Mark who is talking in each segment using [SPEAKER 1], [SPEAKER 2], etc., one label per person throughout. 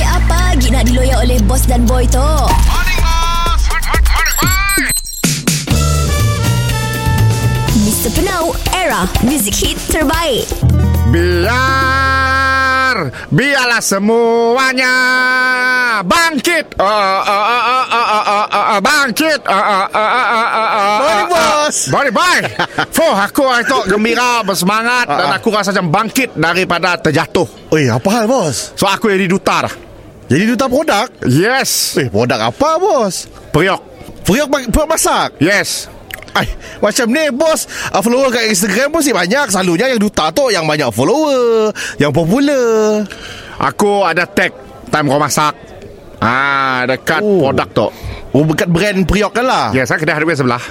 [SPEAKER 1] lagi nak diloyak oleh bos dan boy tu? Mr. Penau, era music hit terbaik.
[SPEAKER 2] Biar Biarlah semuanya Bangkit Ah, ah, ah, ah, ah, ah, ah, ah, ah, Bangkit Ah, ah, ah, ah, ah, ah, ah, ah,
[SPEAKER 3] Morning,
[SPEAKER 2] ah.
[SPEAKER 3] bos.
[SPEAKER 2] Morning boy Fuh aku hari tu gembira Bersemangat Dan aku rasa macam bangkit Daripada terjatuh
[SPEAKER 3] Oi, Eh, apa hal bos?
[SPEAKER 2] So aku jadi duta dah
[SPEAKER 3] Jadi duta produk?
[SPEAKER 2] Yes
[SPEAKER 3] Eh, produk apa bos?
[SPEAKER 2] Periok
[SPEAKER 3] Periuk, ma- periuk masak?
[SPEAKER 2] Yes
[SPEAKER 3] Ay, macam ni bos uh, Follower kat Instagram pun si banyak Selalunya yang duta tu Yang banyak follower Yang popular
[SPEAKER 2] Aku ada tag Time kau masak Ah, dekat
[SPEAKER 3] Oh.
[SPEAKER 2] produk tu
[SPEAKER 3] Oh dekat brand Priok kan lah
[SPEAKER 2] Yes, kedai hardware sebelah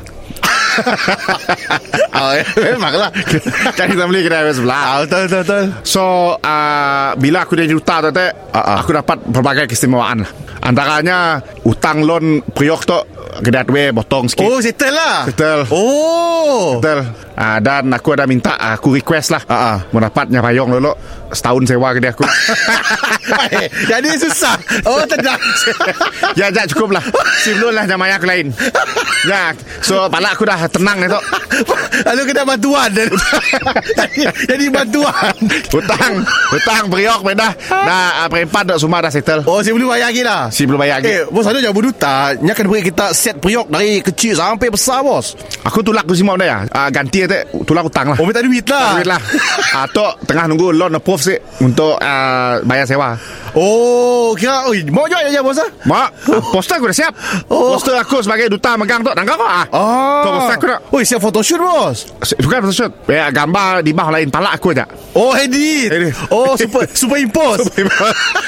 [SPEAKER 3] oh, ya, Memanglah
[SPEAKER 2] Cari Kan, kita beli kedai hardware sebelah
[SPEAKER 3] Ah, betul, betul, betul.
[SPEAKER 2] So uh, Bila aku jadi duta tu uh, uh. Aku dapat pelbagai keistimewaan lah. Antaranya Utang lon Priok tu Kedai hardware Botong sikit
[SPEAKER 3] Oh, settle lah.
[SPEAKER 2] Settle.
[SPEAKER 3] Oh.
[SPEAKER 2] Betul uh, Dan aku ada minta uh, Aku request lah
[SPEAKER 3] Ah, ah.
[SPEAKER 2] Mau dapatnya payung dulu Setahun sewa kedai aku
[SPEAKER 3] Eh, Jadi susah. Oh, tenang.
[SPEAKER 2] Ya ya cukup lah Sebelum lah Jamaya aku lain Ya So pala aku dah tenang itu
[SPEAKER 3] Lalu kena bantuan. jadi, jadi bantuan.
[SPEAKER 2] Hutang Hutang Priok Dah Dah uh, perempat Dah semua dah settle
[SPEAKER 3] Oh, saya belum bayar lagi lah.
[SPEAKER 2] Si belum bayar lagi
[SPEAKER 3] Eh, bos ada jangan berduta. Nya kena beri kita set priok dari kecil sampai besar, bos.
[SPEAKER 2] Aku tulak aku semua benda ya uh, Ganti tu Tulak hutang lah
[SPEAKER 3] Oh, minta duit lah.
[SPEAKER 2] Duit lah Atok tengah nunggu loan approve sih Untuk uh, bayar sewa
[SPEAKER 3] Oh, kira. Oi, mau juga ya, bos ah.
[SPEAKER 2] Mak ah, Poster aku dah siap
[SPEAKER 3] Oh.
[SPEAKER 2] Poster aku sebagai duta megang tu Tangkap ah.
[SPEAKER 3] Ah.
[SPEAKER 2] Tu poster aku nak
[SPEAKER 3] Oi, siap photoshoot, bos.
[SPEAKER 2] Se- Bukan poster shoot ya, Gambar di bawah lain Palak aku je
[SPEAKER 3] Oh, edit.
[SPEAKER 2] Edit.
[SPEAKER 3] Oh, super super impose.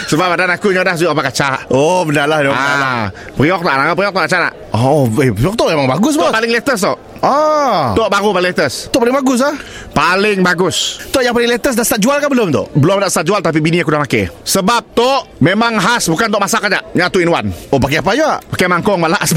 [SPEAKER 2] Sebab badan aku nyodah Sudah pakai kacak
[SPEAKER 3] Oh, benar lah. benar lah.
[SPEAKER 2] Ah, Priok tak Tangkap priok tak kacak nak
[SPEAKER 3] Oh, eh, priok tu memang bagus,
[SPEAKER 2] Tu
[SPEAKER 3] bos.
[SPEAKER 2] paling latest tu
[SPEAKER 3] Ah.
[SPEAKER 2] Tu baru paling latest
[SPEAKER 3] Tu paling bagus ah.
[SPEAKER 2] Paling bagus
[SPEAKER 3] Tu yang paling latest dah start jual ke belum tu?
[SPEAKER 2] belum nak start jual tapi bini aku dah pakai. Sebab tu memang khas bukan tok masak aja. Nyatu in one.
[SPEAKER 3] Oh pakai apa juga?
[SPEAKER 2] Pakai mangkung malas.